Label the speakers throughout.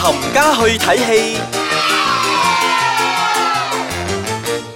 Speaker 1: 冚家去睇戲，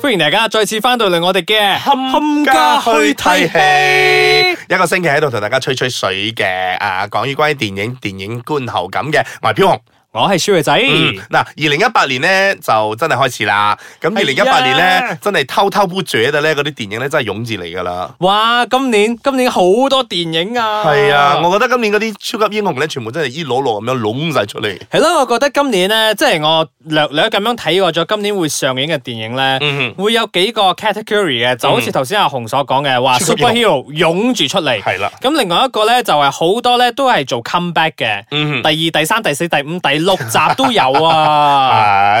Speaker 2: 欢迎大家再次翻到嚟我哋嘅
Speaker 1: 冚家去睇戲。
Speaker 3: 一個星期喺度同大家吹吹水嘅，啊，講於關於電影、電影觀後感嘅，我係飄紅。
Speaker 2: 我系小肥仔，
Speaker 3: 嗯，嗱，二零一八年咧就真係開始啦。咁二零一八年
Speaker 2: 哎
Speaker 3: 咧
Speaker 2: 呀，
Speaker 3: 真係偷偷不絕嘅咧，嗰啲電影咧真係湧住嚟噶啦。
Speaker 2: 哇！今年今年好多電影啊，
Speaker 3: 係啊，我覺得今年嗰啲超級英雄咧，全部真係依裸裸咁樣攏晒出嚟。
Speaker 2: 係咯，我覺得今年咧，即係我略略咁樣睇過咗今年會上映嘅電影咧，
Speaker 3: 嗯
Speaker 2: 會有幾個 category 嘅，就好似頭先阿紅所講嘅，話
Speaker 3: 超級英
Speaker 2: superhero 湧住出嚟
Speaker 3: 哼，。係啦，
Speaker 2: 咁另外一個咧就係好多咧都係做 comeback 嘅，
Speaker 3: 嗯哼。
Speaker 2: 第二、第三、第四、第五、第六集都有 啊。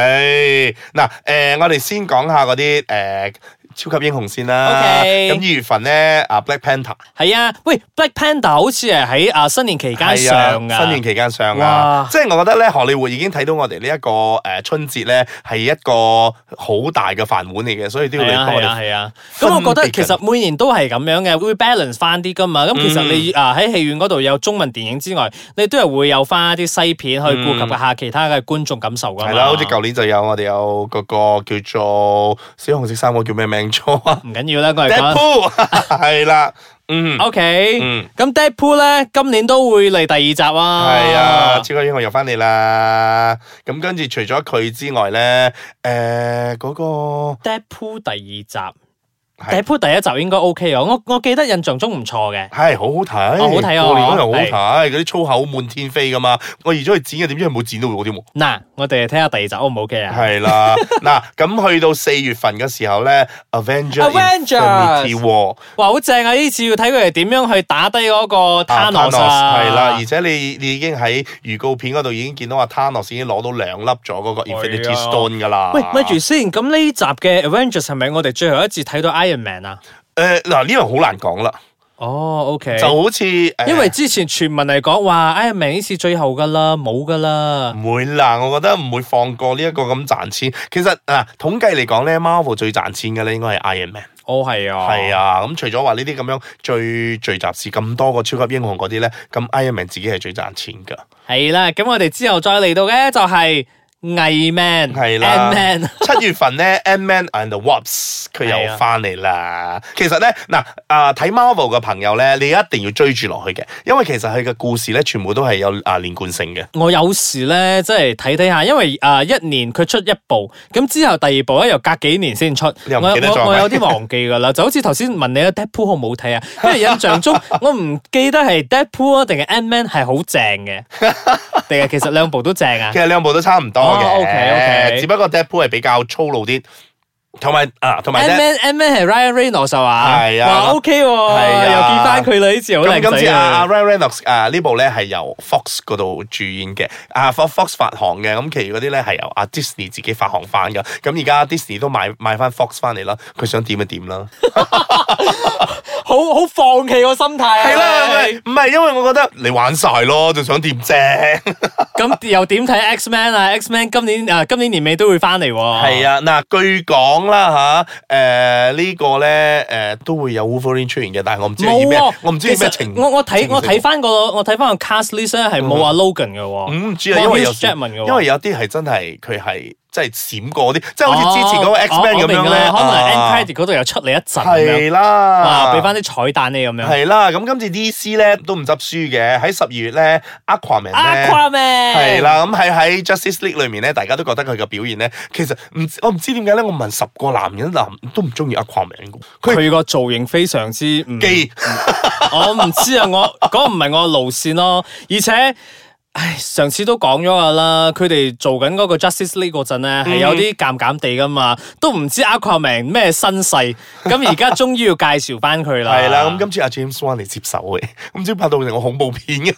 Speaker 3: 系嗱，诶、我哋先講下嗰啲诶超級英雄先啦。
Speaker 2: OK
Speaker 3: 咁二月份咧，啊 Black Panther
Speaker 2: 係啊，喂，Black Panther 好似係喺啊新年期間
Speaker 3: 係啊
Speaker 2: 上噶，
Speaker 3: 新年期間上
Speaker 2: 哇
Speaker 3: 啊，即係我覺得咧，荷里活已經睇到我哋呢一個诶春節咧係一個好大嘅飯碗嚟嘅，所以都要你
Speaker 2: 係啊
Speaker 3: 幫我
Speaker 2: 係啊
Speaker 3: 哋。
Speaker 2: 係啊，
Speaker 3: 分
Speaker 2: 咁我覺得
Speaker 3: 別
Speaker 2: 其實每年都係咁樣嘅，會 balance 翻啲噶嘛。咁其實
Speaker 3: 嗯
Speaker 2: 你啊喺戲院嗰度有中文電影之外，你都係會有翻啲西片去顧及下其他嘅觀眾感受噶嘛。
Speaker 3: 嗯係啦，好似舊年就有我哋有嗰個叫做小紅色衫嗰個叫咩名咗 啊
Speaker 2: 唔緊要啦，我嚟講。
Speaker 3: ？Deadpool 係啦， 嗯
Speaker 2: O K，
Speaker 3: 嗯，
Speaker 2: 咁 Deadpool 咧今年都會嚟第二集啊。
Speaker 3: 係啊，超級英雄又翻嚟啦。咁跟住除咗佢之外咧，诶嗰個
Speaker 2: ，Deadpool 第二集
Speaker 3: 係
Speaker 2: ，Deadpool 第一集應該 O K 啊。我我記得印象中唔錯嘅。
Speaker 3: 係好好睇，
Speaker 2: 哦好睇啊
Speaker 3: 過年嗰又好睇，嗰啲粗口滿天飛噶嘛。我移咗去剪嘅，點知佢冇剪到我添喎。
Speaker 2: 嗱，我哋睇下第二集 O 唔 O K 啊？
Speaker 3: 係 啦，嗱，咁去到四月份嘅時候咧，Avenger
Speaker 2: Avengers
Speaker 3: Infinity War
Speaker 2: 哇，好正啊！呢次要睇佢哋點樣去打低嗰個 Thanos 啊。
Speaker 3: 係啦，而且你你已經喺預告片嗰度已經見到阿 Thanos 已經攞到兩粒咗嗰個 Infinity
Speaker 2: 係啊
Speaker 3: Stone 噶啦。
Speaker 2: 喂，咪住先，咁呢集嘅 Avengers 係咪我哋最後一次睇到 Iron Man 啊？
Speaker 3: 誒嗱，呢樣好難講啦，
Speaker 2: 哦，OK，
Speaker 3: 就好似
Speaker 2: 因
Speaker 3: 誒
Speaker 2: 為之前傳聞嚟講話 Iron Man 呢次最後噶啦，冇噶啦。
Speaker 3: 唔會啦，我覺得唔會放過呢一個咁賺錢。其實嗱，統計嚟講咧，Marvel 最賺錢嘅咧應該係 Iron Man。
Speaker 2: 哦，係啊，
Speaker 3: 係，啊，咁除咗話呢啲咁樣最聚集是咁多個超級英雄嗰啲咧，咁 Iron Man 自己係最賺錢 㗎。
Speaker 2: 係啦。咁我哋之後再嚟到嘅就係偽 Man，
Speaker 3: 係啦
Speaker 2: Ant Man，
Speaker 3: 七月份咧，Ant Man and the Wasp 佢
Speaker 2: 係啊
Speaker 3: 又翻嚟啦。其實咧，嗱啊睇 Marvel 嘅朋友咧，你一定要追住落去嘅，因為其實佢嘅故事咧，全部都係有啊連貫性嘅。
Speaker 2: 我有時咧即係睇睇下，因為啊一年佢出一部，咁之後第二部咧又隔幾年先出，
Speaker 3: 你
Speaker 2: 我
Speaker 3: 又唔記得
Speaker 2: 我
Speaker 3: 咗係咪
Speaker 2: 我有啲忘記 噶啦。就好似頭先問你啊，Deadpool 好唔好睇啊？因為印象中我唔記得係 Deadpool 啊定係 Ant Man 係好正 嘅，定係其實兩部都正啊
Speaker 3: 其？實兩部都差唔多嘅、
Speaker 2: 哦，OK，OK
Speaker 3: 只不過 Deadpool 係比較粗魯啲，同埋啊，同埋
Speaker 2: Ant
Speaker 3: Dead-
Speaker 2: Man Ant Man 係 Ryan Reynolds 啊嘛，
Speaker 3: 係啊
Speaker 2: 哇 OK 喎，
Speaker 3: 啊
Speaker 2: 又見翻佢啦，呢次好
Speaker 3: 咁
Speaker 2: 靚
Speaker 3: 今次
Speaker 2: 仔
Speaker 3: 啊啊
Speaker 2: 啊！
Speaker 3: Ryan Reynolds 啊呢部咧係由 Fox 嗰度主演嘅，啊 Fox Fox 發行嘅，咁其餘嗰啲咧係由啊 Disney 自己發行翻噶。咁而家 Disney 都買買翻 Fox 翻嚟啦，佢想點就點啦。
Speaker 2: 好好放棄個心態啊！
Speaker 3: 係啦，唔係因為我覺得你玩晒咯，仲想點啫？
Speaker 2: 咁又點睇 X Man 啊？X Man 今年啊，今年年尾都會翻嚟喎。
Speaker 3: 係啊，嗱，據講啦吓，誒呢個咧誒都會有 Wolverine 出現嘅，但係我唔知係以
Speaker 2: 冇
Speaker 3: 咩
Speaker 2: 喎，，
Speaker 3: 我唔知係咩
Speaker 2: 其實
Speaker 3: 情。
Speaker 2: 我我睇
Speaker 3: 情嗯
Speaker 2: 我睇
Speaker 3: 況
Speaker 2: 翻個我睇翻個 cast list 咧係冇阿 Logan 嘅喎。
Speaker 3: 唔知啊，
Speaker 2: 冇
Speaker 3: 因為
Speaker 2: Hugh
Speaker 3: 有
Speaker 2: Jackman 嘅喎
Speaker 3: 因為有啲係真係佢係即係閃過啲，即係好似之前嗰個
Speaker 2: 哦
Speaker 3: X Man
Speaker 2: 我
Speaker 3: 咁
Speaker 2: 我明
Speaker 3: 樣
Speaker 2: 㗎
Speaker 3: 咧，
Speaker 2: 啦可能
Speaker 3: 啊
Speaker 2: end credit 嗰度又出嚟一陣咁樣，
Speaker 3: 係啦，
Speaker 2: 哇，俾翻啲彩蛋你咁樣。
Speaker 3: 係啦，咁今次 DC 咧都唔執輸嘅，喺十二月咧 Aquaman 咧。
Speaker 2: Aquaman
Speaker 3: 啊係，啦，咁喺喺 Justice League 裏面咧，大家都覺得佢嘅表現咧，其實唔知我唔知點解咧，我問十個男人男都唔中意 Aquaman 嘅佢
Speaker 2: 佢個造型非常之唔。
Speaker 3: 既
Speaker 2: 我唔知啊，我嗰唔係我嘅路線咯，而且。唉，上次都講咗噶啦，佢哋做緊嗰個 Justice League 嗰陣咧，
Speaker 3: 嗯
Speaker 2: 係有啲尷尷地噶嘛，都唔知 Aquaman 咩身世，咁而家終於要介紹翻佢啦。
Speaker 3: 係啦，咁今次阿 James Wan 嚟接手嘅， 唔知拍到成個恐怖片嘅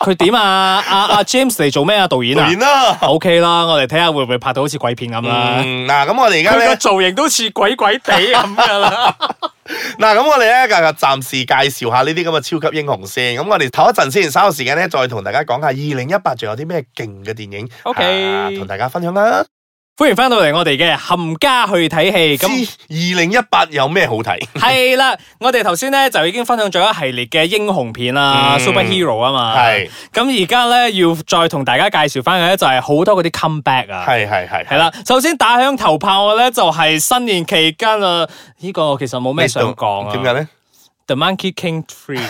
Speaker 2: 佢點啊？阿阿 James 嚟做咩啊？導演
Speaker 3: 導
Speaker 2: 啊
Speaker 3: 演啦。
Speaker 2: ？OK 啦，我哋睇下會唔會拍到好似鬼片咁啦。
Speaker 3: 嗯，嗱，咁我哋而家
Speaker 2: 佢個
Speaker 3: 咧。
Speaker 2: 造型都似鬼鬼地咁噶 啦。
Speaker 3: 嗱，咁我哋咧，今日暫時介紹下呢啲咁嘅超級英雄先。咁我哋唞一陣先，稍後時間咧，再同大家講下二零一八仲有啲咩勁嘅電影
Speaker 2: OK
Speaker 3: 啊同大家分享啦。
Speaker 2: 歡迎翻到嚟我哋嘅冚家去睇戲
Speaker 3: 知
Speaker 2: 咁。
Speaker 3: 二零一八有咩好睇？
Speaker 2: 係啦，我哋頭先咧就已經分享咗一系列嘅英雄片啊、
Speaker 3: 嗯
Speaker 2: superhero 啊嘛。
Speaker 3: 係
Speaker 2: 咁而家咧要再同大家介紹翻嘅咧就係好多嗰啲 comeback 啊。
Speaker 3: 係係係
Speaker 2: 係，啦，首先打響頭炮嘅咧就係新年期間啊，呢、個其實冇咩想講啊。
Speaker 3: 點解咧？
Speaker 2: The Monkey King Three。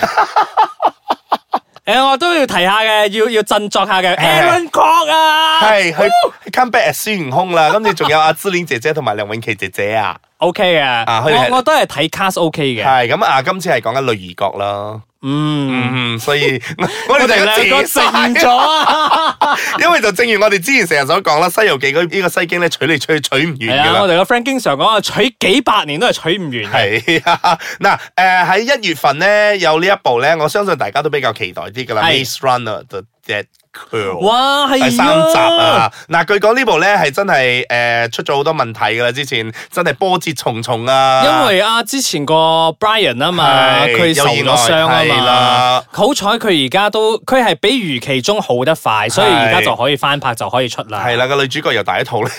Speaker 2: 诶、我都要提下嘅，要要振作下嘅。Aaron Kwok 啊
Speaker 3: 係佢 come back as 孫悟 空啦，跟住仲有阿芝蓮姐姐同埋梁咏琪姐姐啊，
Speaker 2: ，OK 嘅，
Speaker 3: 佢哋係
Speaker 2: 我我都係睇 cast OK 嘅。
Speaker 3: 係咁啊，今次係講緊女兒國啦，
Speaker 2: 嗯，
Speaker 3: 嗯，所 以我
Speaker 2: 我
Speaker 3: 哋
Speaker 2: 哋
Speaker 3: 兩
Speaker 2: 兩個
Speaker 3: 個
Speaker 2: 靜咗啊，
Speaker 3: 因為就正如我哋之前成日所講啦，《西遊記》嗰呢個西經咧取嚟取去取唔
Speaker 2: 係
Speaker 3: 完㗎
Speaker 2: 啊，
Speaker 3: 啦
Speaker 2: 我。哋個 friend 經常講啊，取幾百年都係取唔完嘅。
Speaker 3: 係啊，嗱，誒喺一月份咧有呢一部咧，我相信大家都比較期待啲㗎啦，《
Speaker 2: 係
Speaker 3: Maze Runner》The Dead Girl。
Speaker 2: 哇，係
Speaker 3: 第三集！啊！嗱，據講呢部咧係真係誒、呃出咗好多問題㗎啦，之前真係波折重重啊！
Speaker 2: 因為啊，之前個 Brian 啊嘛，
Speaker 3: 係
Speaker 2: 佢受咗傷啊
Speaker 3: 有意外係
Speaker 2: 嘛
Speaker 3: 啦，
Speaker 2: 好彩佢而家都佢係比預期中好得快，所以而家
Speaker 3: 係
Speaker 2: 就可以翻拍就可以出啦。
Speaker 3: 係啦，個女主角又大 一套咧，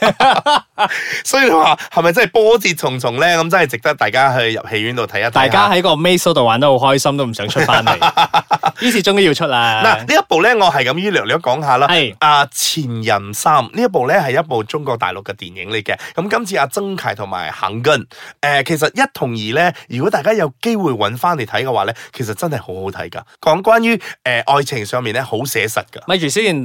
Speaker 3: 所以你話係咪真係波折重重咧？咁真係值得大家去入戲院度睇一啊睇。
Speaker 2: 大家喺個 Maze 度玩得好開心，都唔想出 翻嚟，於是終於要出
Speaker 3: 嗱
Speaker 2: 啦。
Speaker 3: 呢一部咧，我係咁依略略講下啦。
Speaker 2: 啊係
Speaker 3: 啊，《前任三》呢一部咧係一部中國大陸嘅電影嚟嘅。咁今次阿曾凱同埋行根，誒、其實一同二咧，如果大家有機會揾翻嚟睇嘅話咧，其實真係好好睇噶。講關於誒、呃愛情上面咧，好寫實噶。
Speaker 2: 咪住先，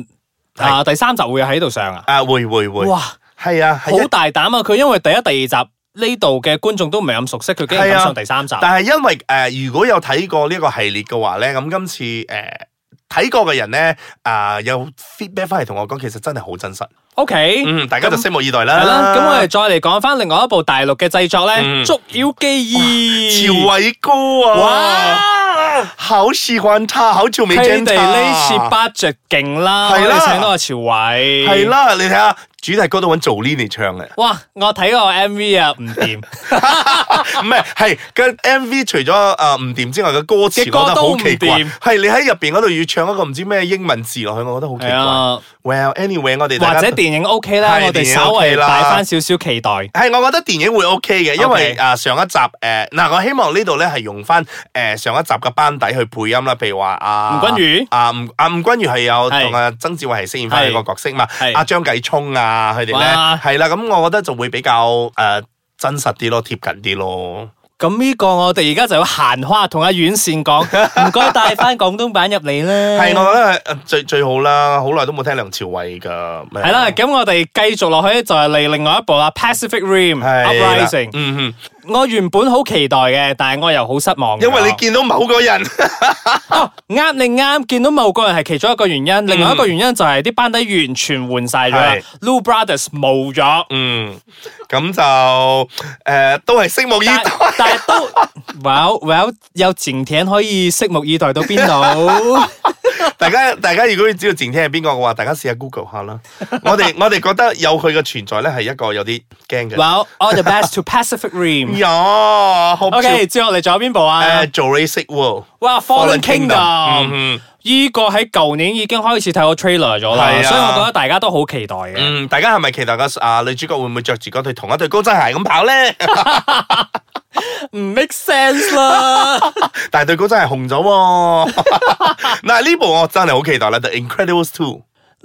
Speaker 3: 係
Speaker 2: 啊第三集會喺度上啊！
Speaker 3: 啊，會會會，
Speaker 2: 哇，
Speaker 3: 係啊，係
Speaker 2: 好
Speaker 3: 一
Speaker 2: 大膽啊！佢因為第一、第二集呢度嘅觀眾都唔係咁熟悉，佢竟然
Speaker 3: 係
Speaker 2: 敢
Speaker 3: 啊
Speaker 2: 上第三集。
Speaker 3: 但係因為誒、呃如果有睇過呢個系列嘅話咧，咁今次誒。呃睇過嘅人咧，啊、有 feedback 翻嚟同我講，其實真係好真實。
Speaker 2: O K，
Speaker 3: 嗯，大家就拭目以待啦。
Speaker 2: 係啦，咁我哋再嚟講翻另外一部大陸嘅製作咧，
Speaker 3: 嗯
Speaker 2: 《捉妖記
Speaker 3: 朝
Speaker 2: 二》。
Speaker 3: 伟哥啊，
Speaker 2: 哇！
Speaker 3: 好喜欢他，好久没
Speaker 2: 佢
Speaker 3: 見他。
Speaker 2: 哋呢次 budget 勁啦，我
Speaker 3: 係啦
Speaker 2: 哋請到阿朝偉。
Speaker 3: 系。啦，你睇下主題歌都揾 Jolin 嚟唱 嘅，
Speaker 2: 哇！我睇個 M V 啊， 唔掂。
Speaker 3: 唔係係個 MV 除咗诶唔掂之外，嘅歌詞
Speaker 2: 嘅歌
Speaker 3: 我覺得
Speaker 2: 都
Speaker 3: 好
Speaker 2: 唔
Speaker 3: 奇怪，
Speaker 2: 掂
Speaker 3: 係你喺入边嗰度要唱一個唔知咩英文字落去，我覺得好奇
Speaker 2: 係
Speaker 3: 怪。
Speaker 2: 啊。
Speaker 3: Well anyway，我哋大
Speaker 2: 或
Speaker 3: 家
Speaker 2: 者
Speaker 3: 都
Speaker 2: 電影 OK 啦，
Speaker 3: 係
Speaker 2: 我哋
Speaker 3: 電影
Speaker 2: 稍微
Speaker 3: OK 啦
Speaker 2: 擺翻少少期待。
Speaker 3: 係，我覺得電影會 OK 嘅，因為
Speaker 2: OK
Speaker 3: 啊上一集誒嗱，我希望呢度咧係用翻誒上一集嘅班底去配音啦，譬如話啊
Speaker 2: 吳君如
Speaker 3: 啊吳啊吳君如係有
Speaker 2: 係
Speaker 3: 同阿曾志偉係飾演翻佢個角色嘛
Speaker 2: 係，
Speaker 3: 阿張繼聰啊佢哋咧
Speaker 2: 哇
Speaker 3: 係啦，咁我覺得就會比較誒真實啲咯，貼近啲咯。
Speaker 2: 咁呢個我哋而家就要閒話同阿遠 善講，唔該帶翻廣東版入嚟啦。
Speaker 3: 係，我覺得呃最最好啦，好耐都冇聽梁朝偉噶。
Speaker 2: 係啦，咁我哋繼續落去就係嚟另外一部啦，《Pacific Rim
Speaker 3: 係啦
Speaker 2: Uprising》。
Speaker 3: 嗯嗯，
Speaker 2: 我原本好期待嘅，但係我又好失望。
Speaker 3: 因為你見到某個人。
Speaker 2: 哦啱你啱，見到某個人係其中一個原因，另外一個原因就係啲班底完全換晒咗啦
Speaker 3: 係
Speaker 2: ，Lou Brothers 冇咗。
Speaker 3: 嗯，咁就诶都係拭目以
Speaker 2: 但
Speaker 3: 待。
Speaker 2: 但係都，well well 有前艇可以拭目以待到邊 度？
Speaker 3: 大家 大家如果要知道前天係邊個嘅話，大家試下 Google 下啦。我哋我哋覺得有佢嘅存在咧，係一個有啲驚嘅。
Speaker 2: Well, all the best to Pacific Rim.
Speaker 3: 呀，好
Speaker 2: OK，之後嚟仲有邊部啊
Speaker 3: 誒？Jurassic 呃 World
Speaker 2: 哇，Fallen
Speaker 3: Fallen
Speaker 2: Kingdom，
Speaker 3: Kingdom，嗯
Speaker 2: 呢個喺舊年已經開始睇過 trailer 咗啦，
Speaker 3: 係啊
Speaker 2: 所以我覺得大家都好期待嘅。
Speaker 3: 嗯，大家係咪期待個啊女主角會唔會着住嗰對同一對高踭鞋咁跑咧？
Speaker 2: 唔 make sense 啦，
Speaker 3: 但係對高踭鞋紅咗喎。 嗱呢部我真係好期待啦，《The Incredibles Two》。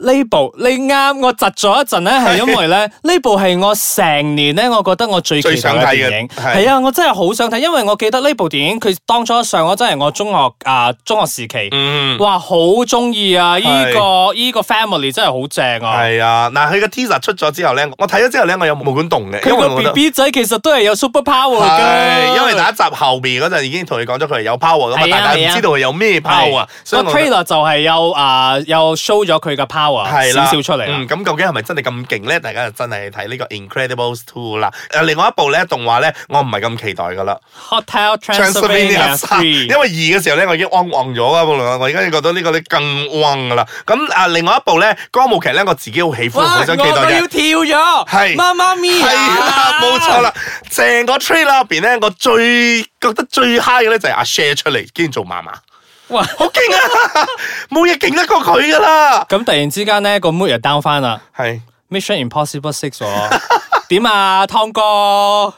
Speaker 2: 呢部你啱，我窒咗一陣咧，係因為 咧呢部係我成年咧，我覺得我最期待嘅電影。
Speaker 3: 最想睇嘅係
Speaker 2: 係啊，我真係好想睇，因為我記得呢部電影佢當初上，我真係我中學啊中學時期，
Speaker 3: 嗯。
Speaker 2: 哇好中意啊！呢個呢個 family 真係好正啊！
Speaker 3: 係啊，嗱，佢嘅 teaser 出咗之後咧，我睇咗之後咧，我有冇管動嘅，因
Speaker 2: 佢
Speaker 3: 為我
Speaker 2: 個
Speaker 3: 覺得
Speaker 2: B。B 仔其實都係有 super power 噶，
Speaker 3: 係，因為第一集後面嗰陣已經同你講咗佢係有 power 噶嘛，
Speaker 2: 係啊
Speaker 3: 但係
Speaker 2: 係
Speaker 3: 唔
Speaker 2: 啊
Speaker 3: 知道佢有咩 power 啊，所
Speaker 2: 個
Speaker 3: 以我覺得
Speaker 2: trailer 就係有啊有 show 咗佢嘅 power
Speaker 3: 係
Speaker 2: 啊少
Speaker 3: 啦，
Speaker 2: 少出嚟啦
Speaker 3: 嗯，。咁究竟係咪真係咁勁咧？大家就真係睇呢個 Incredibles Two 啦。誒，另外一部咧動畫咧，我唔係咁期待噶啦。
Speaker 2: Hotel Transylvania
Speaker 3: 三因為
Speaker 2: Three
Speaker 3: 二嘅時候咧，我已經昂昂咗啊，無論我而家覺得呢個咧更昂噶啦。咁啊，另外一部咧歌舞劇咧，我自己好喜歡，
Speaker 2: 哇！
Speaker 3: 好
Speaker 2: 我
Speaker 3: 想
Speaker 2: 都
Speaker 3: 期待嘅
Speaker 2: 要。啊跳咗，
Speaker 3: 係
Speaker 2: 媽媽咪
Speaker 3: 係啦，冇錯。啦，成個 trailer 入邊咧，我最覺得最 high 嘅咧就係阿 Share 出嚟，竟然做嫲嫲。
Speaker 2: 哇！
Speaker 3: 好勁 啊！冇嘢勁得過佢噶啦。
Speaker 2: 咁突然之間咧個 mood 又 down 翻啦，
Speaker 3: 係
Speaker 2: Mission Impossible Six 喎。點啊，湯哥？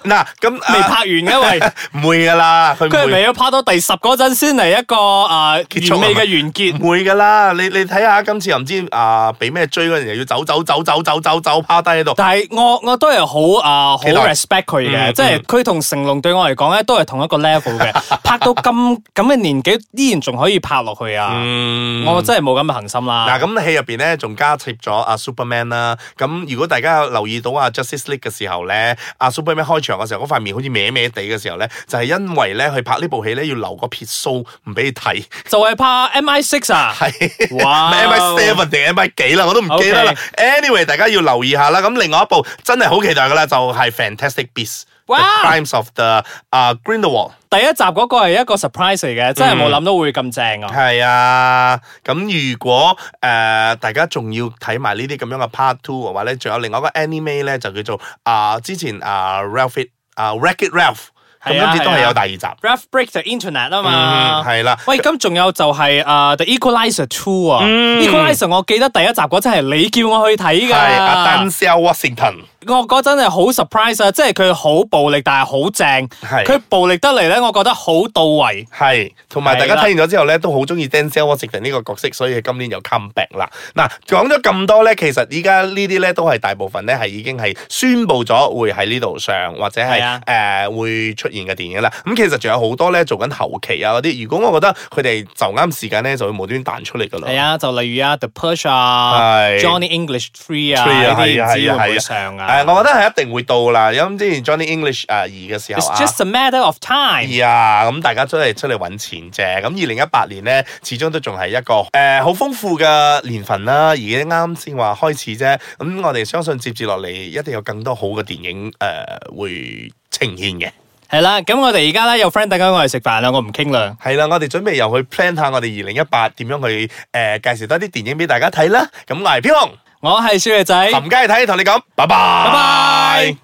Speaker 3: 嗱，咁
Speaker 2: 未
Speaker 3: 啊
Speaker 2: 拍完嘅喂。
Speaker 3: 唔會噶啦， 佢
Speaker 2: 佢係
Speaker 3: 唔
Speaker 2: 咪
Speaker 3: 會
Speaker 2: 要拍到第十嗰陣先嚟一個啊、
Speaker 3: 結束啊
Speaker 2: 完美嘅完結？
Speaker 3: 唔會噶啦。你你睇下今次又唔知啊，俾咩追嗰陣又要走走走走走走走趴低喺度。
Speaker 2: 但係我我都係好啊，好
Speaker 3: 期待
Speaker 2: respect 佢嘅，
Speaker 3: 嗯
Speaker 2: 即係佢同成龍對我嚟講咧，都係同一個 level 嘅。拍到咁咁嘅年紀，依然仲可以拍落去啊！
Speaker 3: 嗯
Speaker 2: 我真係冇咁嘅恒心啦。
Speaker 3: 嗱，咁戲入邊咧仲加貼咗阿 Superman 啦。咁如果大家有留意到阿 Justice League 嘅時候咧，阿 Superman 開場嘅時候嗰塊面好似歪歪地嘅時候咧，就係因為咧佢拍呢部戲咧要留個撇須唔俾 你睇，
Speaker 2: 就係拍 MI Six 啊！
Speaker 3: 係。
Speaker 2: 哇
Speaker 3: M I seven 定 M I 幾啦，我都唔記得啦。Anyway，大家要留意下啦。咁另外一部真係好期待噶啦，就係 Fantastic Beasts：The
Speaker 2: 哇
Speaker 3: Crimes of the 啊 Grindelwald。
Speaker 2: 第一集嗰個係一個 surprise 嚟嘅，真係冇諗到會咁正啊！
Speaker 3: 嗯係啊，咁如果誒、呃大家仲要睇埋呢啲咁樣嘅 part two 嘅話咧，仲有另外一個 anime 咧就叫做啊、之前啊 Ralph It 啊 Wreck It Ralph，咁
Speaker 2: 係啊
Speaker 3: 今次都
Speaker 2: 係
Speaker 3: 係
Speaker 2: 啊
Speaker 3: 有第二集。
Speaker 2: Ralph Break the Internet 啊嘛
Speaker 3: 嗯，，係啦，
Speaker 2: 喂，咁仲有就係、诶《The Equalizer Two》啊，
Speaker 3: 嗯
Speaker 2: Equalizer》我記得第一集嗰陣係你叫我去睇
Speaker 3: 係阿
Speaker 2: 㗎，
Speaker 3: Denzel Washington，
Speaker 2: 我嗰陣係好 surprise 啊，即係佢好暴力，但係好正，
Speaker 3: 係
Speaker 2: 佢暴力得嚟咧，我覺得好到位。
Speaker 3: 係，同埋大家
Speaker 2: 係啦
Speaker 3: 睇完咗之後咧，都好中意 Denzel Washington 呢個角色，所以今年有 comeback 啦。嗱，講咗咁多咧，其實依家呢啲咧都係大部分咧係已經係宣布咗會喺呢度上或者係
Speaker 2: 係
Speaker 3: 誒
Speaker 2: 啊、
Speaker 3: 呃、會出現嘅電影啦。咁、其實仲有好多咧做緊後期啊嗰啲，如果我覺得佢哋就啱時間咧，就會無端彈出嚟噶啦。
Speaker 2: 係啊，就例如啊，《The Push》啊，
Speaker 3: 係
Speaker 2: 《Johnny English Three》啊，
Speaker 3: Three
Speaker 2: 呢啲
Speaker 3: 啊係啊
Speaker 2: 唔知會唔
Speaker 3: 係啊係啊
Speaker 2: 會上
Speaker 3: 誒、
Speaker 2: 啊
Speaker 3: 我覺得係一定會到啦。因為之前 Johnny English 啊二嘅時候
Speaker 2: ？It's
Speaker 3: 啊。
Speaker 2: just a matter of time。
Speaker 3: 呀，啊咁大家真係出嚟揾錢啫。咁二零一八年咧，始終都仲係一個誒好豐富嘅年份啦。而家啱先話開始啫，咁我哋相信接住落嚟一定有更多好嘅電影誒、呃、會呈現嘅。
Speaker 2: 係啦，咁我哋而家咧有 friend 等緊我哋食飯啦，我唔傾啦。
Speaker 3: 係啦，我哋準備又去 plan 下我哋二零一八點樣去誒、呃介紹多啲電影俾大家睇啦。咁我係飄紅，
Speaker 2: 我係小野仔。
Speaker 3: 冚家去睇，同你講，拜拜，拜
Speaker 2: 拜。